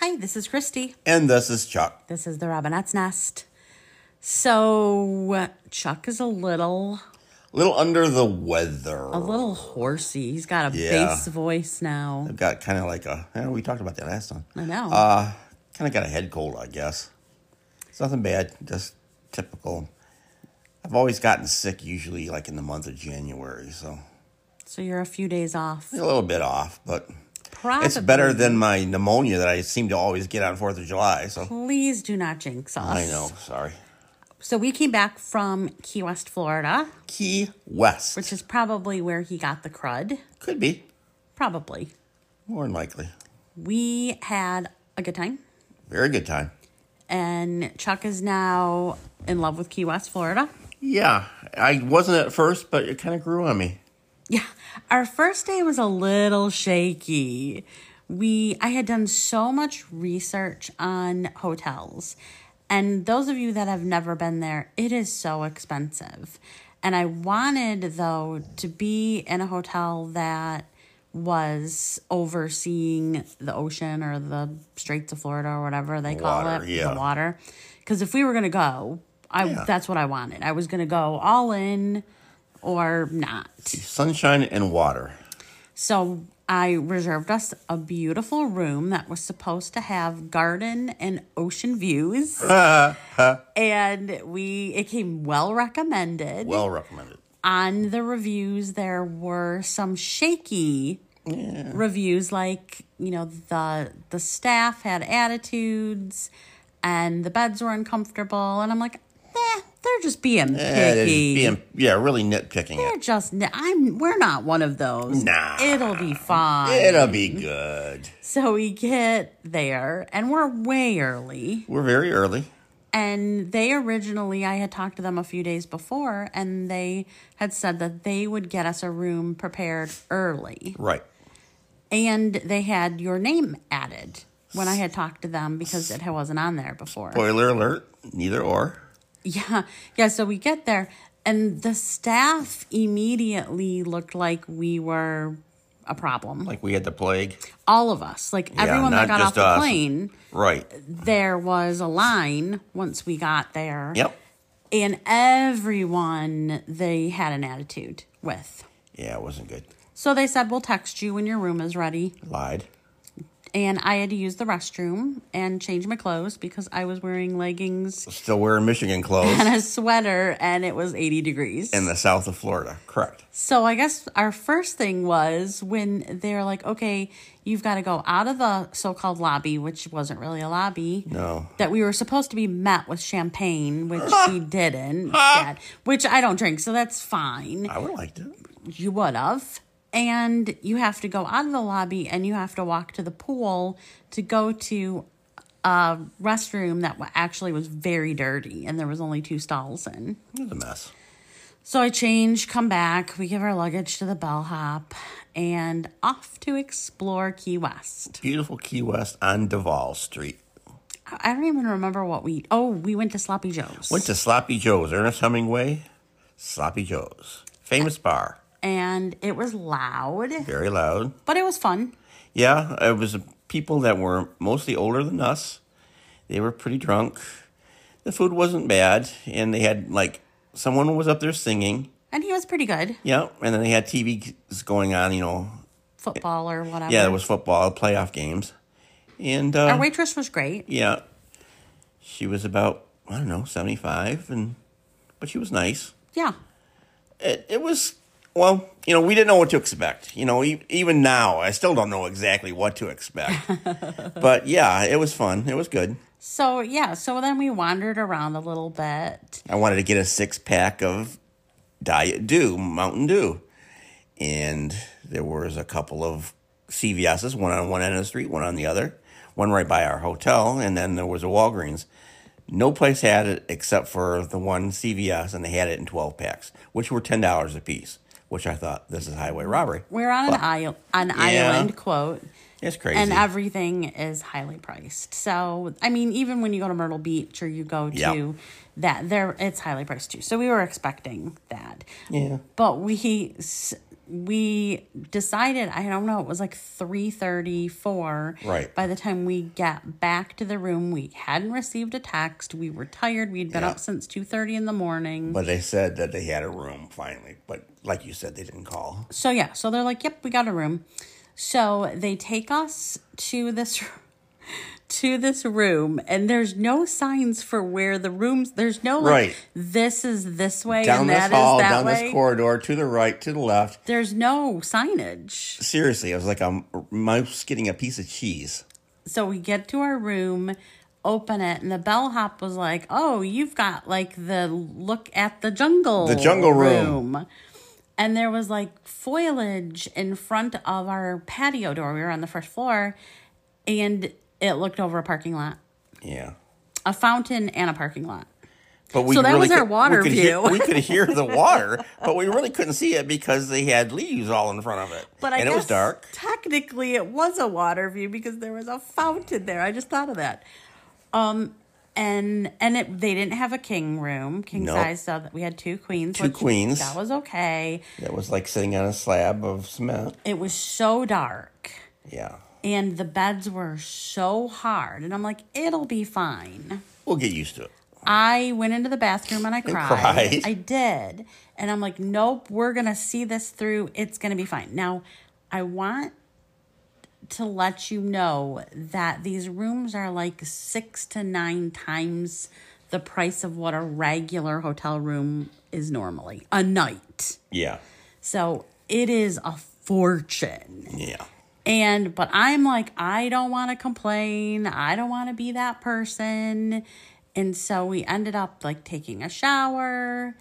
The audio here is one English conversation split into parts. Hi, this is Christy. And this is Chuck. This is the Robinette's Nest. So, uh, Chuck is a little, A little under the weather. a little horsey. He's got a Yeah. bass voice now. I've got kind of like a. yeah, we talked about that last time. I know. Uh, kind of got a head cold, I guess. It's nothing bad, just typical. I've always gotten sick, usually like in the month of January, so so you're a few days off. a little bit off, but Probably. it's better than my pneumonia that I seem to always get on Fourth of July. So Please do not jinx us. I know, sorry. So we came back from Key West, Florida, Key West which is probably where he got the crud. could be Probably. more than likely. We had a good time, Very good time. and Chuck is now in love with Key West, Florida. Yeah, I wasn't at first, but it kind of grew on me. Yeah, our first day was a little shaky. We I had done so much research on hotels. And those of you that have never been there, it is so expensive. And I wanted though to be in a hotel that was overseeing the ocean or the Straits of Florida or whatever they call Water, it, yeah. the water. Cuz if we were going to go, I Yeah. that's what I wanted. I was going to go all in or not. Sunshine and water. So I reserved us a beautiful room that was supposed to have garden and ocean views. and we it came well recommended. Well recommended. On the reviews there were some shaky reviews like, you know, the the staff had attitudes and the beds were uncomfortable and I'm like, eh, they're just being picky. Yeah, Eh, they're just being- yeah, really nitpicking it. They're just I'm we're not one of those. Nah. It'll be fine. It'll be good. so we get there and we're way early. We're very early. And they originally I had talked to them a few days before and they had said that they would get us a room prepared early. Right. And they had your name added when I had talked to them because it wasn't on there before. Spoiler alert, neither or. Yeah. Yeah. So we get there, and the staff immediately looked like we were a problem. Like we had the plague. All of us, like everyone that not got off just the us. plane, Right. there was a line once we got there. Yep. And everyone they had an attitude with. Yeah, it wasn't good. So they said, We'll text you when your room is ready. Lied. And I had to use the restroom and change my clothes because I was wearing leggings Still wearing Michigan clothes and a sweater and it was 80 degrees. in the south of Florida. Correct. So I guess our first thing was when they're like, okay, you've got to go out of the so-called lobby, which wasn't really a lobby. No. That we were supposed to be met with champagne, which we didn't get, which I don't drink, so that's fine. I would have liked it. You would have. And you have to go out of the lobby and you have to walk to the pool to go to a restroom that wa- actually was very dirty and there was only two stalls in. It was a mess. So I change, come back, we give our luggage to the bellhop, and off to explore Key West. Beautiful Key West on Duval Street. I I don't even remember what we. Oh, we went to Sloppy Joe's, Went to Sloppy Joe's. Ernest Hemingway. Sloppy Joe's. Famous bar. and it was loud, Very loud. but it was fun. Yeah, it was people that were mostly older than us. They were pretty drunk. The food wasn't bad, and they had like someone was up there singing. And he was pretty good, Yeah, and then they had TVs going on. You know, football or whatever. yeah, there was football playoff games, and Our uh, waitress was great. yeah, she was about I don't know seventy five, and but she was nice. Yeah, It it was well, you know, we didn't know what to expect. You know, e- even now, I still don't know exactly what to expect. but yeah, it was fun. It was good. so yeah, so then we wandered around a little bit. I wanted to get a six pack of Diet Dew, Mountain Dew. And there was a couple of CVS's, one on one end of the street, one on the other, one right by our hotel, and then there was a Walgreens. No place had it except for the one CVS, and they had it in 12 packs, which were $10 a piece, which I thought, this is highway robbery. We're on an isle, an island quote. It's crazy. And everything is highly priced. So, I mean, even when you go to Myrtle Beach or you go to Yeah. that, there it's highly priced too. So we were expecting that, yeah. but we s- we decided i don't know it was like 3.34 Right. by the time we got back to the room we hadn't received a text we were tired we'd been Yeah. up since 2.30 in the morning But they said that they had a room finally. But like you said, they didn't call. so yeah so they're like yep we got a room so they take us to this to this room and there's no signs for where the rooms there's no like Right. this is this way Down and this that is hall, that down way this corridor, to the right, to the left. there's no signage Seriously, I was like a mouse getting a piece of cheese. So we get to our room, open it, and the bellhop was like, "Oh, you've got like the look at the jungle, The jungle room." And there was like foliage in front of our patio door. We were on the first floor, and it looked over a parking lot, Yeah. a fountain, and a parking lot. But we So that was our water we could hear- view. we could hear the water, but we really couldn't see it because they had leaves all in front of it. But I and guess it was dark. Technically, it was a water view because there was a fountain there. I just thought of that. Um, and and it, they didn't have a king room, king Nope. size, so that we had two queens. Two queens. That was okay. It was like sitting on a slab of cement. It was so dark, Yeah. and the beds were so hard, and I'm like, it'll be fine. We'll get used to it. I went into the bathroom and I cried. cried. I did. And I'm like, nope, we're going to see this through. It's going to be fine. Now, I want to let you know that these rooms are like six to nine times the price of what a regular hotel room is normally a night. Yeah. So it is a fortune. Yeah. And but I'm like, I don't want to complain. I don't want to be that person. And so we ended up like taking a shower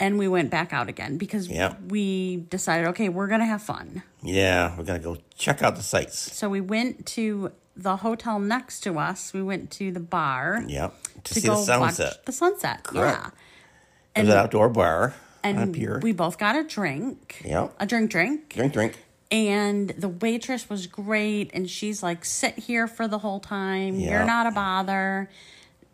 and we went back out again because Yeah. we decided, okay, we're going to have fun. Yeah. We're going to go check out the sights. So we went to the hotel next to us. We went to the bar Yeah. To, to see go the sunset. watch the sunset. Yeah. It was an outdoor bar on a And pier. we both got a drink. Yeah. A drink drink. drink, drink. and the waitress was great and she's like sit here for the whole time Yeah. you're not a bother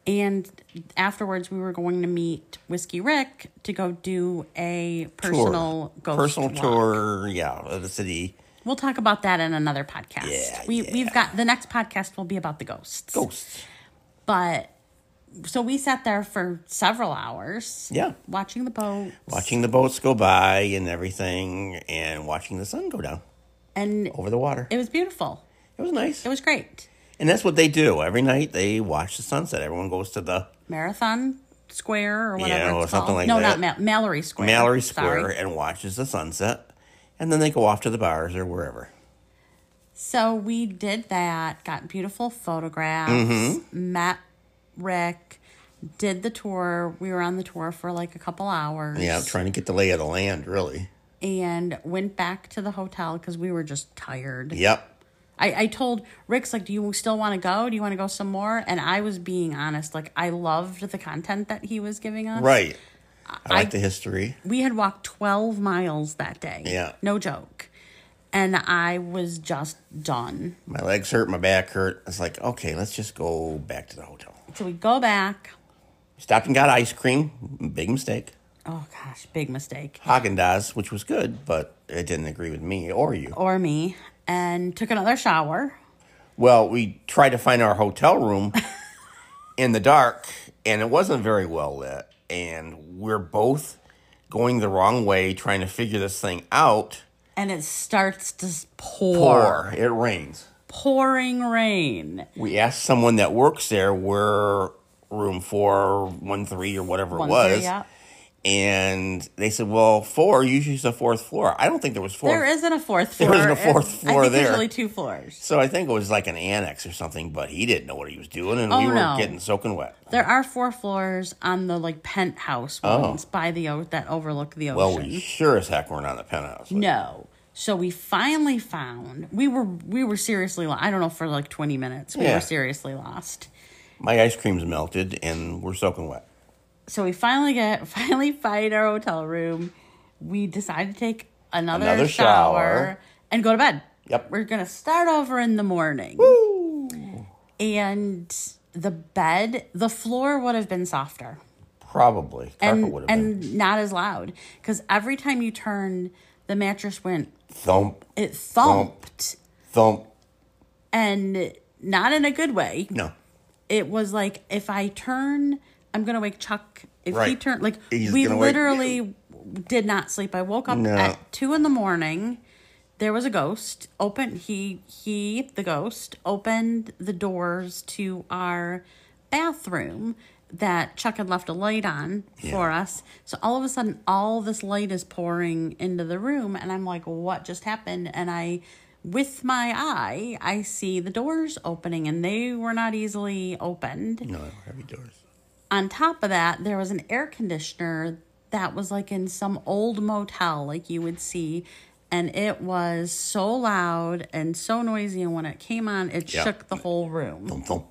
and afterwards we were going to meet whiskey rick to go do a personal tour. ghost Personal walk. tour. Yeah. Of the city. we'll talk about that in another podcast Yeah, we, yeah. we've got the next podcast will be about the ghosts Ghosts. but so we sat there for several hours Yeah. watching the boat Watching the boats go by and everything and watching the sun go down and over the water. it was beautiful It was nice. it was great And that's what they do. Every night they watch the sunset. Everyone goes to the Marathon Square or whatever Yeah, it's or something called. like no, that. not Ma- Mallory Square. Mallory Sorry. Square and watches the sunset. And then they go off to the bars or wherever. So we did that, got beautiful photographs, Mm-hmm. met Rick, did the tour. We were on the tour for like a couple hours. Yeah, trying to get the lay of the land, really. And went back to the hotel because we were just tired. Yep. I, I told Rick's like, Do you still want to go? Do you want to go some more? And I was being honest. Like I loved the content that he was giving us. Right. I like I- the history. we had walked 12 miles that day. Yeah. No joke. And I was just done. My legs hurt, my back hurt. It's like, okay, let's just go back to the hotel. So we go back. Stopped and got ice cream. Big mistake. Oh gosh, big mistake. Haagen Dazs, which was good, but it didn't agree with me or you. Or me. And took another shower. Well, we tried to find our hotel room in the dark, and it wasn't very well lit. And we're both going the wrong way, trying to figure this thing out. And it starts to s- pour. Or it rains. Pouring rain. We asked someone that works there where room four, one, three, or whatever One it was. three, yeah. And they said, well, four, usually is the fourth floor. I don't think there was four. There isn't a fourth There floor. isn't a fourth It's- floor I think there. There's really two floors. so I think it was like an annex or something, but he didn't know what he was doing, and we Oh, were no. getting soaking wet. There are four floors on the like penthouse ones by the o- that overlook the ocean. Oh. Well, we sure as heck weren't on the penthouse. No. So we finally found we were we were seriously lost. I don't know for like 20 minutes. We Yeah. were seriously lost. My ice cream's melted and we're soaking wet. So we finally get finally find our hotel room. We decide to take another, Another shower, shower. and go to bed. Yep. We're going to start over in the morning. And the bed, the floor would have been softer. Probably. Carpet and would have been. and not as loud because every time you turned The mattress went, Thump, it thumped. thump. And not in a good way. No. It was like, if I turn, I'm going to wake Chuck. If he Right. turn, like, He's we gonna wake literally did not sleep. I woke up No. at two in the morning. There was a ghost. Open he he the ghost opened the doors to our bathroom that Chuck had left a light on for us. So all of a sudden all this light is pouring into the room and I'm like, what just happened? And I with my eye I see the doors opening and they were not easily opened No, heavy doors. on top of that, there was an air conditioner that was like in some old motel, like you would see. And it was so loud and so noisy. And when it came on, it Yeah. shook the whole room. Thump, thump.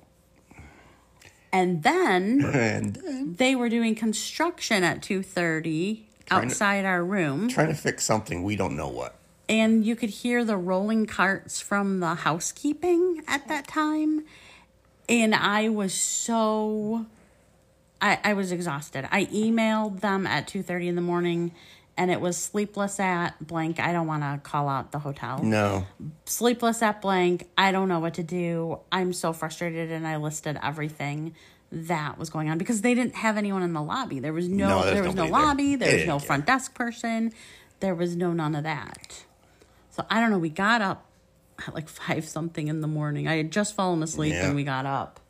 And then And uh, they were doing construction at 2.30 to- outside our room. trying to fix something. We don't know what. and you could hear the rolling carts from the housekeeping at that time and i was so i, I was exhausted i emailed them at 2.30 in the morning and it was sleepless at blank i don't want to call out the hotel No. sleepless at blank i don't know what to do i'm so frustrated and i listed everything that was going on because they didn't have anyone in the lobby there was no, No, there's there was no nobody there. lobby They there was didn't no care. front desk person there was no none of that so i don't know we got up at like five something in the morning i had just fallen asleep Yeah. when we got up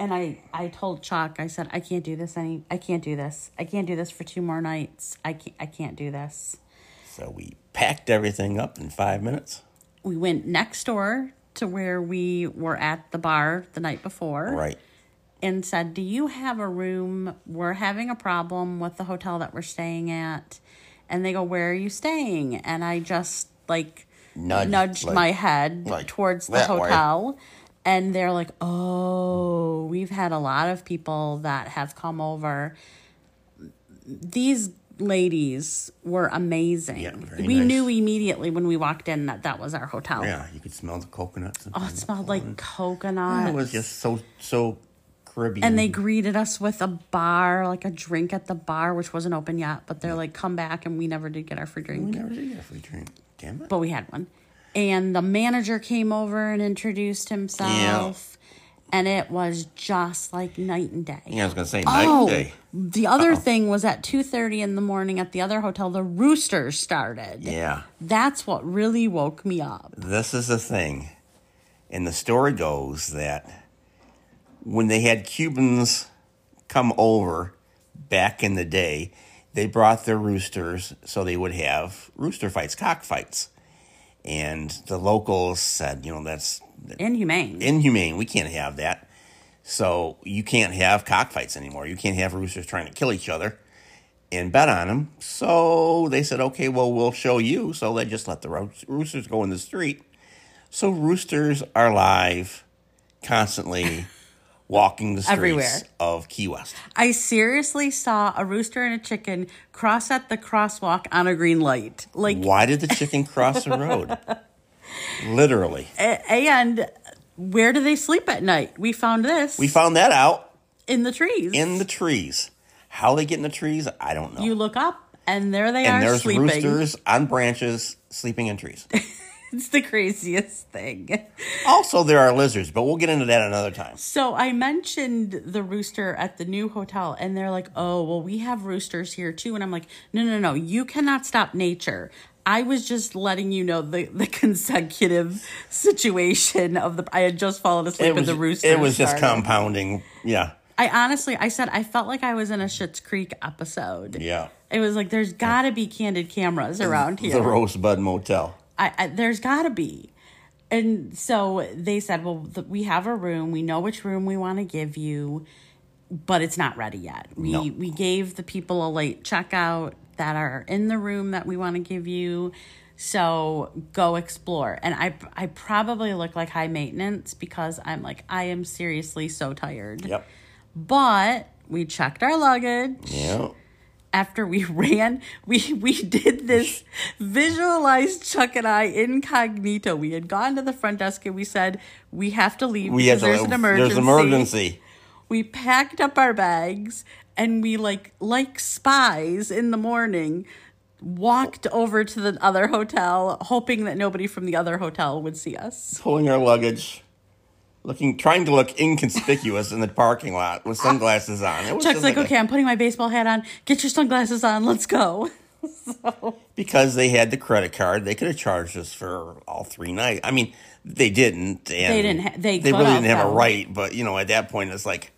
and I, I told Chuck, I said, I can't do this any, I can't do this. I can't do this for two more nights. I can't, I can't do this. So we packed everything up in five minutes. we went next door to where we were at the bar the night before Right. and said, Do you have a room? We're having a problem with the hotel that we're staying at. And they go, Where are you staying? And I just like Nudged, nudged like- my head like towards the that way. hotel. And they're like, Oh, we've had a lot of people that have come over. These ladies were amazing. Yeah, very we nice. knew immediately when we walked in that that was our hotel. Yeah, you could smell the coconuts. And Oh, it smelled like coconut. It Mm. was just so so Caribbean. and they greeted us with a bar, like a drink at the bar, which wasn't open yet. But they're like, "Come back," and we never did get our free we drink, never did get a free drink. Damn it. but we had one. And the manager came over and introduced himself, and it was just like night and day. yeah, I was gonna say night Oh, and day. the other thing was at two thirty in the morning at the other hotel, the roosters started. Yeah. That's what really woke me up. This is the thing. And the story goes that when they had Cubans come over back in the day, they brought their roosters so they would have rooster fights, cock fights. And the locals said, you know, that's Inhumane. inhumane. We can't have that. So you can't have cockfights anymore. You can't have roosters trying to kill each other and bet on them. So they said, okay, well, we'll show you. So they just let the ro- roosters go in the street. So roosters are live constantly walking the streets Everywhere. of Key West. I seriously saw a rooster and a chicken cross at the crosswalk on a green light. Like, Why did the chicken cross the road? Literally. a- and where do they sleep at night? We found this We found that out in the trees. in the trees. How they get in the trees, I don't know. you look up, and there they and are there's sleeping. roosters on branches sleeping in trees. It's the craziest thing. also, there are lizards, but we'll get into that another time. So I mentioned the rooster at the new hotel, and they're like, "Oh, well, we have roosters here too." And I'm like, "No, no, no! You cannot stop nature." I was just letting you know the, the consecutive situation of the. I had just fallen asleep It and was, the rooster. it was just started. compounding. Yeah, I honestly, I said I felt like I was in a Schitt's Creek episode. yeah. It was like there's got to be candid cameras around here. The Rosebud Motel. I, I there's got to be. And so they said, "Well, th- we have a room. We know which room we want to give you, but it's not ready yet. We No. we gave the people a late checkout that are in the room that we want to give you. So go explore." And I I probably look like high maintenance because I'm like I am seriously so tired. Yep. But we checked our luggage Yeah. after we ran, we we did this visualized Chuck and I incognito. We had gone to the front desk and we said we have to leave We had because to, there's an emergency. There's an emergency. We packed up our bags and we like like spies in the morning walked over to the other hotel, hoping that nobody from the other hotel would see us. pulling our luggage, looking, trying to look inconspicuous in the parking lot with sunglasses on. It was Chuck's just like, a- okay, I'm putting my baseball hat on. Get your sunglasses on. Let's go. because they had the credit card, they could have charged us for all three nights. I mean, they didn't. And They didn't ha- they they could really have, didn't have a though. right. But you know, at that point, it's like,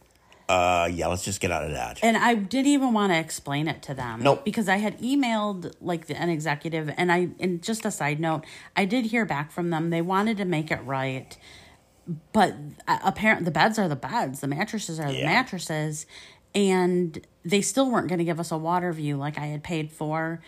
uh, yeah, let's just get out of Dodge. And I didn't even want to explain it to them. Nope. Because I had emailed like the, an executive, and I and just a side note, I did hear back from them. They wanted to make it right, but uh, apparently the beds are the beds, the mattresses are the Yeah. mattresses, and they still weren't going to give us a water view like I had paid for,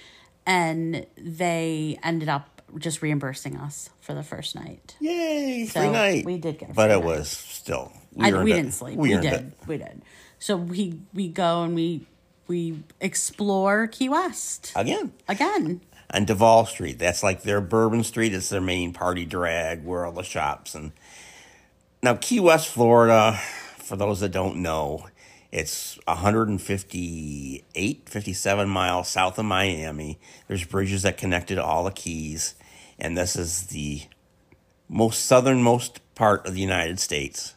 and they ended up just reimbursing us for the first night. Yay, So free night. we did get a but free it night. was still. I, earned we it. didn't sleep. We, We, earned did. it. We did. So we we go and we we explore Key West again again. on Duval Street. That's like their Bourbon Street. It's their main party drag where all the shops and now Key West, Florida. For those that don't know, it's 158, 57 miles south of Miami. There's bridges that connected all the keys, and this is the most southernmost part of the United States.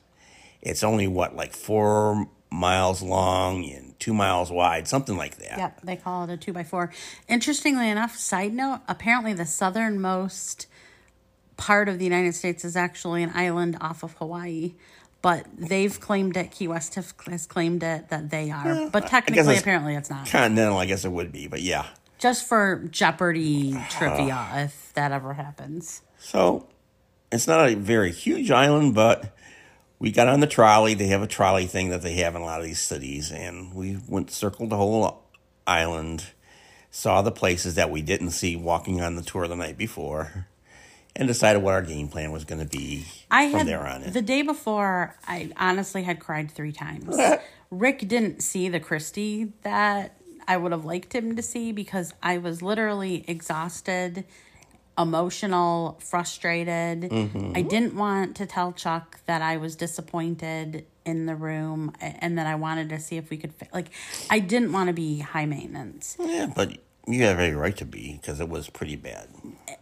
It's only what like four miles long and two miles wide, something like that. Yep, they call it a two by four. Interestingly enough, side note: apparently, the southernmost part of the United States is actually an island off of Hawaii. But they've claimed it. Key West have- has claimed it that they are, but technically, it's- apparently, it's not. Continental, I guess it would be, but yeah. Just for Jeopardy trivia, if that ever happens. So it's not a very huge island, but we got on the trolley. They have a trolley thing that they have in a lot of these cities, and we went circled the whole island, saw the places that we didn't see walking on the tour the night before, and decided what our game plan was going to be I from had there on in. the day before. I honestly had cried three times. Rick didn't see the Christie that I would have liked him to see because I was literally exhausted, emotional, frustrated. Mm-hmm. I didn't want to tell Chuck that I was disappointed in the room a- and that I wanted to see if we could fi- like. I didn't want to be high maintenance, yeah, but you have every right to be because it was pretty bad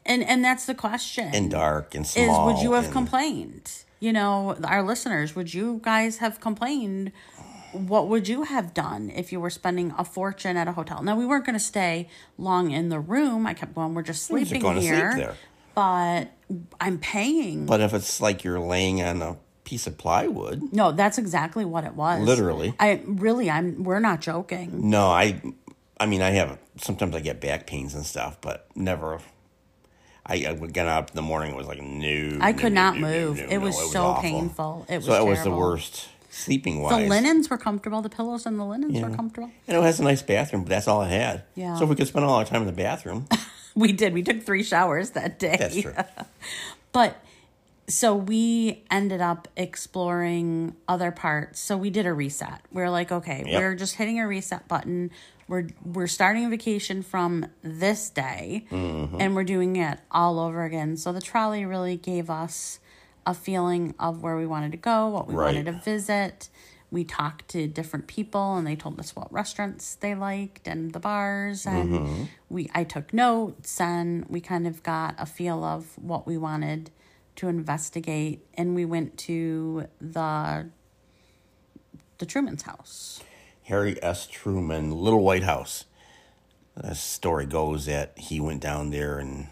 and and that's the question. and dark and is small. would you have and- complained? You know, our listeners, would you guys have complained? What would you have done if you were spending a fortune at a hotel? Now we weren't going to stay long in the room. I kept going. We're just You're just sleeping gonna sleep here, there. but I'm paying. But if it's like you're laying on a piece of plywood, no, that's exactly what it was. Literally. I really, I'm. We're not joking. No, I, I mean, I have. Sometimes I get back pains and stuff, but never. I, I would get up in the morning. It was like no. I no, could no, not no, no, move. no, it, no, was so awful. painful. It was. so that was the terrible. worst sleeping The wise. linens were comfortable. The pillows and the linens were comfortable. And it has a nice bathroom, but that's all it had. Yeah. So if we could spend all our time in the bathroom, We did. We took three showers that day. that's true. But so we ended up exploring other parts. So we did a reset. We're like, okay, Yep. we're just hitting a reset button. We're we're starting vacation from this day and we're doing it all over again. So the trolley really gave us a feeling of where we wanted to go, what we wanted Right. to visit. We talked to different people and they told us what restaurants they liked and the bars and we I took notes and we kind of got a feel of what we wanted to investigate and we went to the the Truman's house. Harry S. Truman, Little White House. The story goes that he went down there and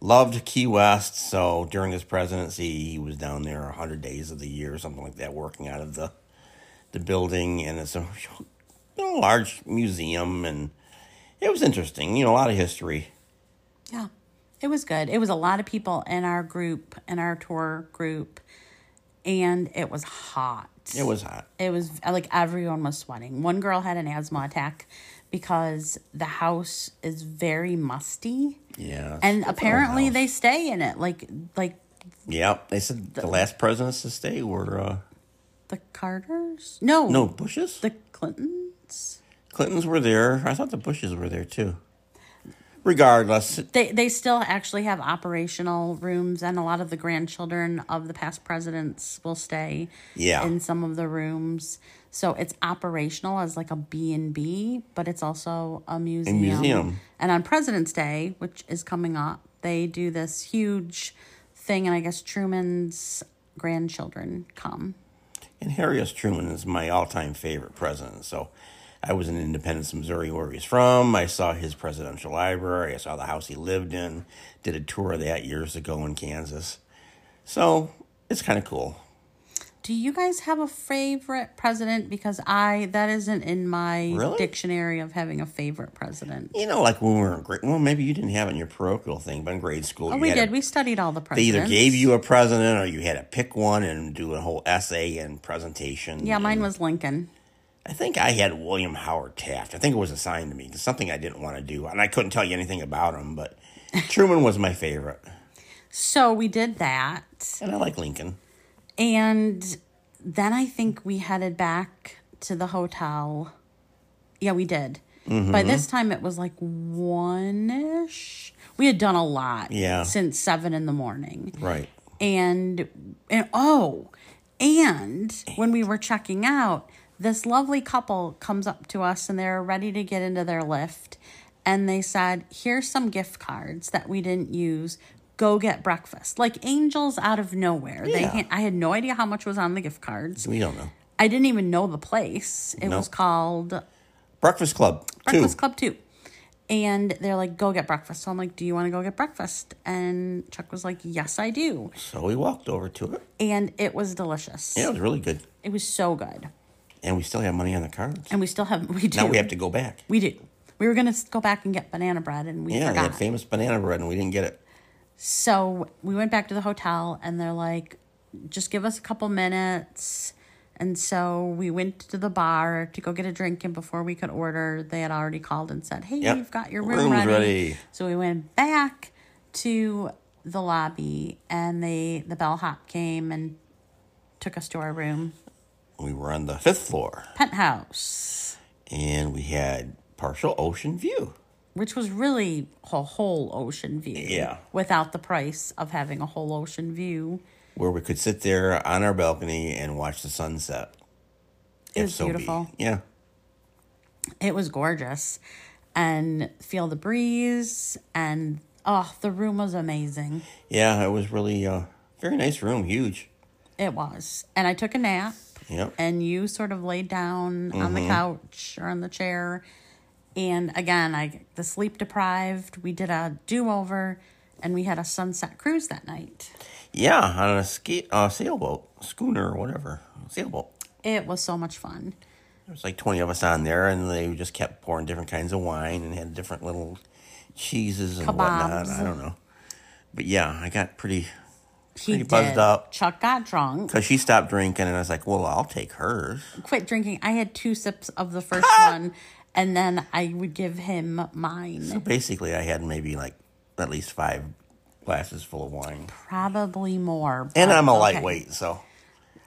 loved Key West. So during his presidency, he was down there 100 days of the year, or something like that, working out of the the building. And it's a, a large museum. And it was interesting, you know, a lot of history. Yeah. It was good. It was a lot of people in our group, in our tour group, and it was hot. It was hot. It was like everyone was sweating. One girl had an asthma attack because the house is very musty. Yeah. And it's an old apparently house. they stay in it. Like like Yep. They said the last presidents to stay were, uh, the Carters? No. no, Bushes? The Clintons? Clintons were there. I thought the Bushes were there too. Regardless, They they still actually have operational rooms, and a lot of the grandchildren of the past presidents will stay. Yeah. In some of the rooms, so it's operational as like a B and B, but it's also a museum. museum. And on President's Day, which is coming up, they do this huge thing, and I guess Truman's grandchildren come. And Harry S. Truman is my all time favorite president. So I was in Independence, Missouri, where he's from. I saw his presidential library. I saw the house he lived in. Did a tour of that years ago in Kansas. So it's kind of cool. Do you guys have a favorite president? Because I that isn't in my Really? dictionary of having a favorite president. You know, like when we were in grade, well, maybe you didn't have it in your parochial thing, but in grade school, Oh, you we had a- did. we studied all the they presidents. either gave you a president or you had to pick one and do a whole essay and presentation. Yeah, mine was Lincoln. I think I had William Howard Taft. I think it was assigned to me 'cause something I didn't want to do, and I couldn't tell you anything about him. But Truman was my favorite, So we did that. and I like Lincoln. And then I think we headed back to the hotel. Yeah, we did. By this time, it was like one ish. We had done a lot Yeah. since seven in the morning. Right. and and oh and when we were checking out this lovely couple comes up to us and they're ready to get into their lift and they said here's some gift cards that we didn't use go get breakfast like angels out of nowhere they Yeah. ha- i had no idea how much was on the gift cards We don't know. i didn't even know the place it No. was called Breakfast Club. Breakfast two. Club too. And they're like, go get breakfast. So I'm like, do you want to go get breakfast? And Chuck was like, yes, I do. So we walked over to it. And it was delicious. Yeah, it was really good, It was so good. and we still have money on the cards. And we still have we do. Now we have to go back. We do. We were gonna go back and get banana bread and we Yeah, they forgot. had famous banana bread, and we didn't get it. so we went back to the hotel and they're like, just give us a couple minutes. And so we went to the bar to go get a drink and before we could order, they had already called and said, Hey, Yep. you've got your room Room's ready. ready. So we went back to the lobby and they the bellhop came and took us to our room. We were on the fifth floor, Penthouse. and we had partial ocean view. which was really a whole ocean view. Yeah. Without the price of having a whole ocean view. where we could sit there on our balcony and watch the sunset. It If was so be. beautiful. Yeah. It was gorgeous. And feel the breeze and oh, the room was amazing. Yeah, it was really uh very nice room, huge. It was. And I took a nap Yep. and you sort of laid down on the Mm-hmm. couch or on the chair. And again, I the sleep deprived, we did a do over and we had a sunset cruise that night. yeah, on a ski uh, sailboat, schooner or whatever. Sailboat. It was so much fun. There was like twenty of us on there and they just kept pouring different kinds of wine and had different little cheeses and whatnot. Kebabs. I don't know. But yeah, I got pretty He Pretty buzzed up. Chuck got drunk. because she stopped drinking and I was like, Well, I'll take hers. quit drinking. I had two sips of the first one, and then I would give him mine. Basically I had maybe like at least five glasses full of wine. Probably more. And but I'm a okay. lightweight, so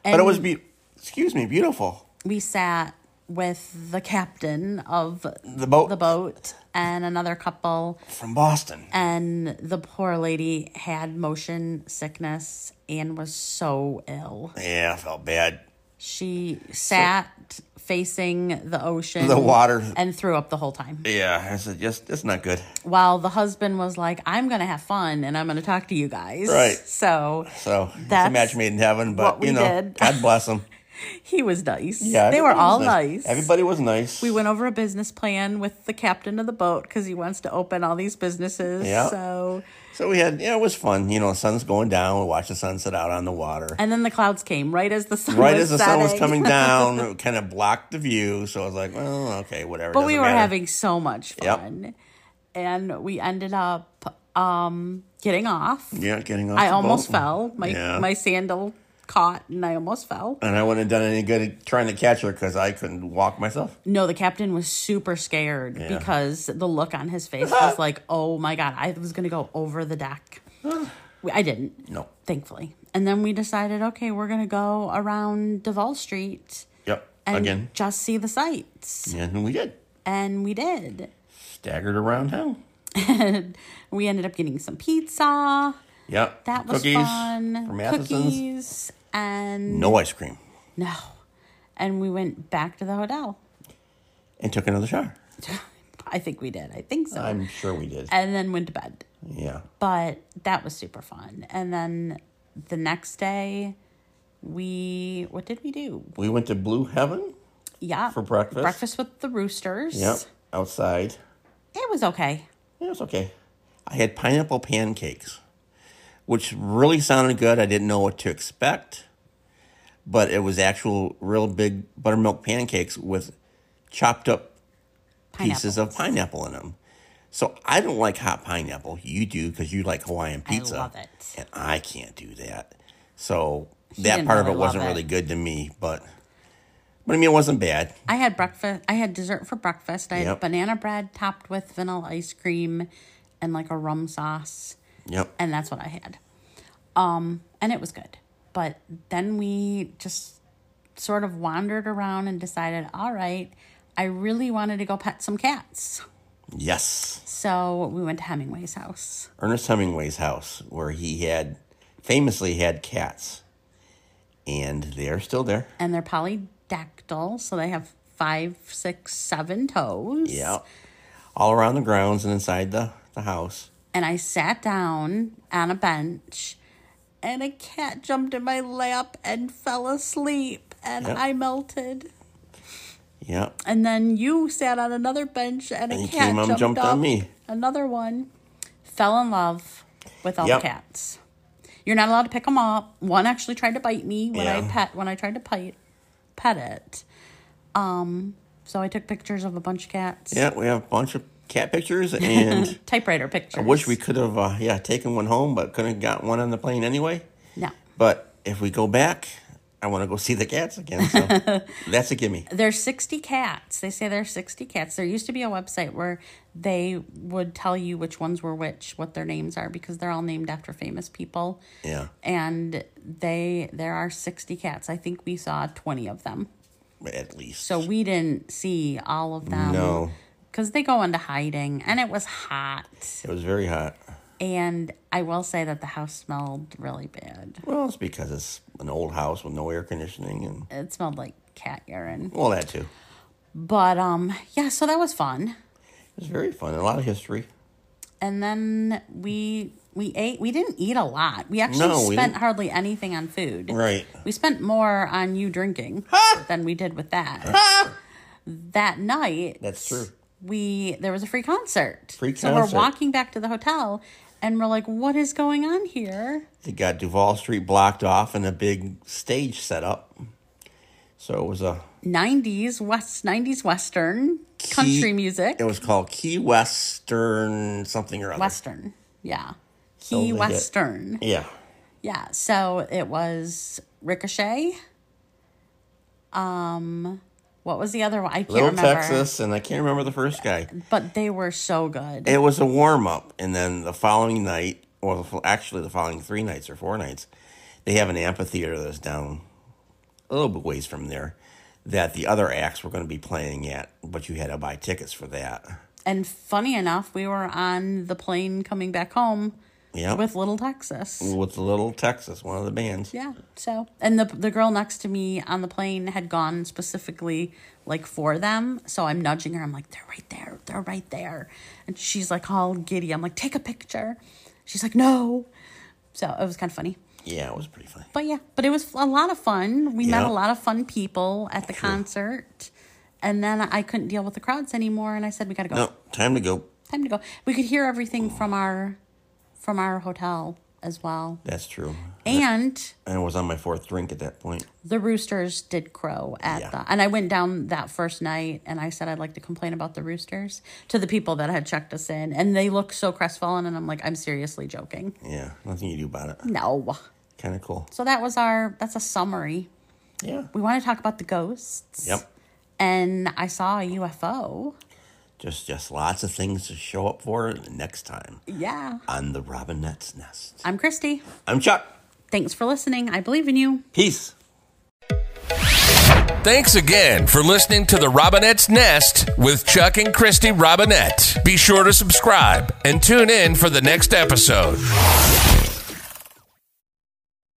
And But it was be- excuse me, beautiful. we sat with the captain of The boat the boat and another couple, from Boston. and the poor lady had motion sickness and was so ill. Yeah, I felt bad. She sat facing the ocean, The water. and threw up the whole time. Yeah, I said just that's not good. While the husband was like, "I'm gonna have fun and I'm gonna talk to you guys," Right. So So that's That's a match made in heaven, but what we you know, did. God bless them. He was nice. Yeah, they were everybody was all nice. Everybody was nice. we went over a business plan with the captain of the boat because he wants to open all these businesses. Yeah. So, so we had yeah, it was fun. You know, the sun's going down. We watched the sunset out on the water. and then the clouds came right as the sun Right was as the sun was setting. coming down, it kind of blocked the view. So I was like, well, okay, whatever. But we doesn't were matter. having so much Yep. fun, and we ended up um, getting off. yeah, getting off. I the boat. almost fell. My Yeah. my sandal caught, and I almost fell. and I wouldn't have done any good at trying to catch her because I couldn't walk myself. No, the captain was super scared Yeah. because the look on his face was like, "Oh my god, I was gonna go over the deck." We- I didn't. No. thankfully. And then we decided, okay, we're gonna go around Duval Street Yep. and Again. just see the sights, And we did. and we did. Staggered around town. we ended up getting some pizza. Yep. That was Cookies fun. From Matheson's. Cookies and No ice cream. no. And we went back to the hotel. And took another shower. I think we did. I think so. I'm sure we did. and then went to bed. Yeah. But that was super fun. And then the next day, we what did we do? We went to Blue Heaven. Yeah, For breakfast? Breakfast with the roosters. Yep. Outside. it was okay. Yeah, it's okay. I had pineapple pancakes, which really sounded good. I didn't know what to expect, but it was actual real big buttermilk pancakes with chopped up pieces of pineapple in them. So I don't like hot pineapple. You do because you like Hawaiian pizza. love it. And I can't do that. So that didn't part of really it wasn't love it. really good to me, but but I mean it wasn't bad. I had breakfast. I had dessert for breakfast. I had Yep. banana bread topped with vanilla ice cream, and like a rum sauce, Yep. and that's what I had. Um, and it was good. But then we just sort of wandered around and decided, all right, I really wanted to go pet some cats. Yes. So we went to Hemingway's house. Ernest Hemingway's house, where he had famously had cats, and they are still there. and they're polydactyl, so they have five, six, seven toes. Yeah, all around the grounds and inside the the house. And I sat down on a bench, and a cat jumped in my lap and fell asleep, and Yep. I melted. Yeah, And then you sat on another bench, and a And he cat came up and jumped, jumped on up, me. Another one fell in love with all Yep. the cats. You're not allowed to pick them up. One actually tried to bite me when I Yeah. pet when I tried to pet pet it. Um, so I took pictures of a bunch of cats. yeah. We have a bunch of cat pictures, and typewriter pictures. I wish we could have uh, yeah taken one home, but couldn't have got one on the plane anyway. No. But if we go back, I want to go see the cats again. So that's a gimme. There's 60 cats. They say there's 60 cats. There used to be a website where they would tell you which ones were which, what their names are, because they're all named after famous people. Yeah, And they there are 60 cats. I think we saw 20 of them. at least. So we didn't see all of them. No. Because they go into hiding and it was hot. It was very hot. And I will say that the house smelled really bad. Well, it's because it's an old house with no air conditioning, and It smelled like cat urine. well, that too. But um yeah, so that was fun. It was very fun. A lot of history. and then we we ate we didn't eat a lot we actually No, we spent didn't. hardly anything on food Right. we spent more on you drinking than we did with that Ah! that night That's true. we there was a free concert Free so concert. we're walking back to the hotel and we're like what is going on here They got Duval Street blocked off and a big stage set up. So it was a 90s west 90s western country Key- music It was called Key Western something or other. western yeah they key get- western Yeah. Yeah, so it was Ricochet. Um, what was the other one? I can't Little remember. Texas, and I can't remember the first guy. But they were so good. It was a warm up, and then the following night, or the fo- actually the following three nights or four nights, they have an amphitheater that's down a little bit ways from there that the other acts were going to be playing at, but you had to buy tickets for that. and funny enough, we were on the plane coming back home Yeah. with Little Texas. with Little Texas, one of the bands. Yeah. So, and the the girl next to me on the plane had gone specifically like for them. So I'm nudging her. I'm like, "They're right there. They're right there." And she's like all giddy. I'm like, "Take a picture." She's like, "No." So, it was kind of funny. Yeah, it was pretty funny. But yeah, but it was a lot of fun. We met Yeah. a lot of fun people at the concert. And then I couldn't deal with the crowds anymore and I said we got to go. No, time to go. Time to go. We could hear everything from our from our hotel as well. That's true. And I was on my fourth drink at that point. the roosters did crow at Yeah. the and I went down that first night and I said I'd like to complain about the roosters to the people that had checked us in and they looked so crestfallen and I'm like I'm seriously joking. Yeah, nothing you do about it. No. Kind of cool. So that was our that's a summary. Yeah. We want to talk about the ghosts. Yep. and I saw a UFO. Just just lots of things to show up for next time Yeah. on the Robinette's Nest. I'm Christy. I'm Chuck. Thanks for listening. I believe in you. Peace. Thanks again for listening to the Robinette's Nest with Chuck and Christy Robinette. Be sure to subscribe and tune in for the next episode.